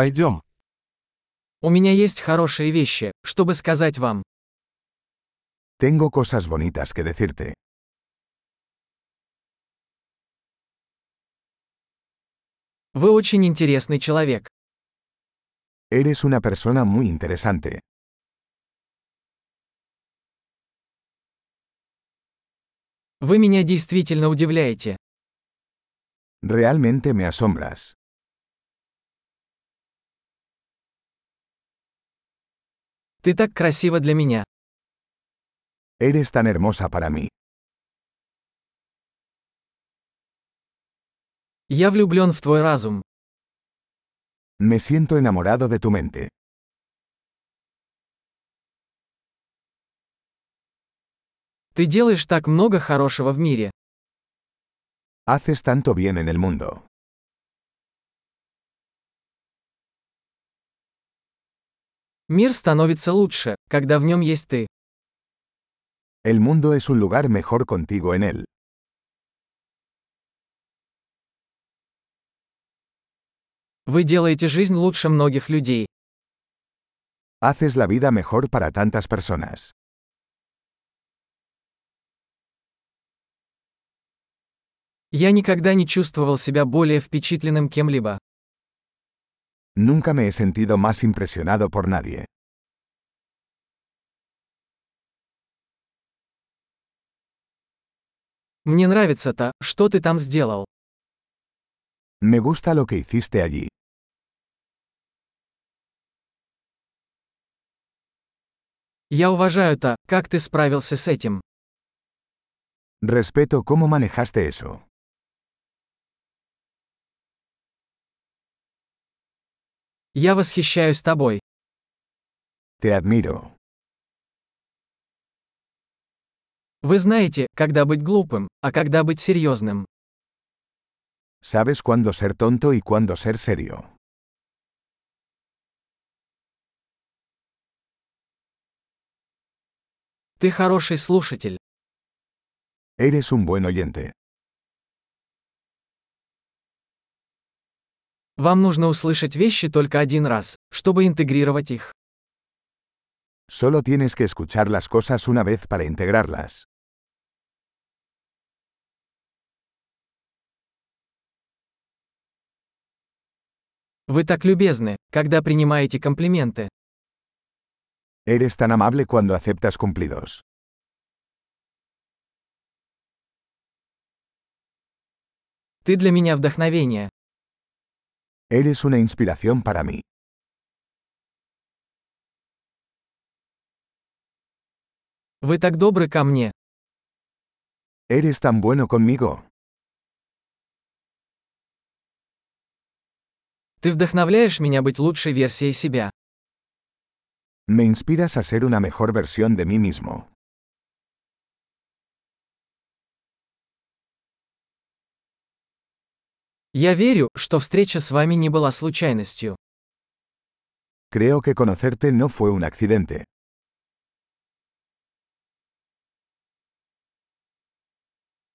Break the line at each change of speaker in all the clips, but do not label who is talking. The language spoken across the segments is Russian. Пойдем.
У меня есть хорошие вещи, чтобы сказать вам.
Tengo cosas bonitas que decirte.
Вы очень интересный человек.
Eres una persona muy interesante.
Вы меня действительно удивляете.
Realmente me asombras.
Ты так красива для меня.
Eres tan hermosa para mí.
Я влюблен в твой разум.
Me siento enamorado de tu mente.
Ты делаешь так много хорошего в мире.
Haces tanto bien en el mundo.
Мир становится лучше, когда в нем есть ты.
El mundo es un lugar mejor contigo en él.
Вы делаете жизнь лучше многих людей.
Haces la vida mejor para tantas personas.
Я никогда не чувствовал себя более впечатленным кем-либо.
Nunca me he sentido más impresionado por nadie.
Мне нравится то, что ты там сделал.
Me gusta lo que hiciste allí.
Я уважаю то, как ты справился с этим.
Respeto cómo manejaste eso.
Я восхищаюсь тобой.
Te admiro.
Вы знаете, когда быть глупым, а когда быть серьезным.
Sabes cuándo ser tonto y cuándo ser serio.
Ты хороший слушатель.
Eres un buen oyente.
Вам нужно услышать вещи только один раз, чтобы интегрировать их.
Solo tienes que escuchar las cosas una vez para integrarlas.
Вы так любезны, когда принимаете комплименты.
Eres tan amable cuando aceptas cumplidos.
Ты для меня вдохновение.
Eres una inspiración para mí.
Вы так добры ко мне.
Eres tan bueno conmigo.
Ты вдохновляешь меня быть лучшей версией себя.
Me inspiras a ser una mejor versión de mí mismo.
Я верю, что встреча с вами не была случайностью.
Creo que conocerte no fue un accidente.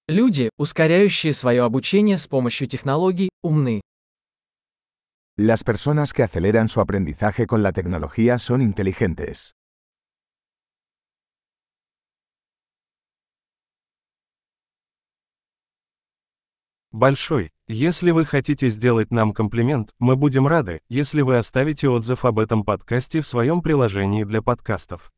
Люди, ускоряющие свое обучение с помощью технологий, умны.
Las personas que aceleran su aprendizaje con la tecnología son inteligentes.
Большой. Если вы хотите сделать нам комплимент, мы будем рады, если вы оставите отзыв об этом подкасте в своем приложении для подкастов.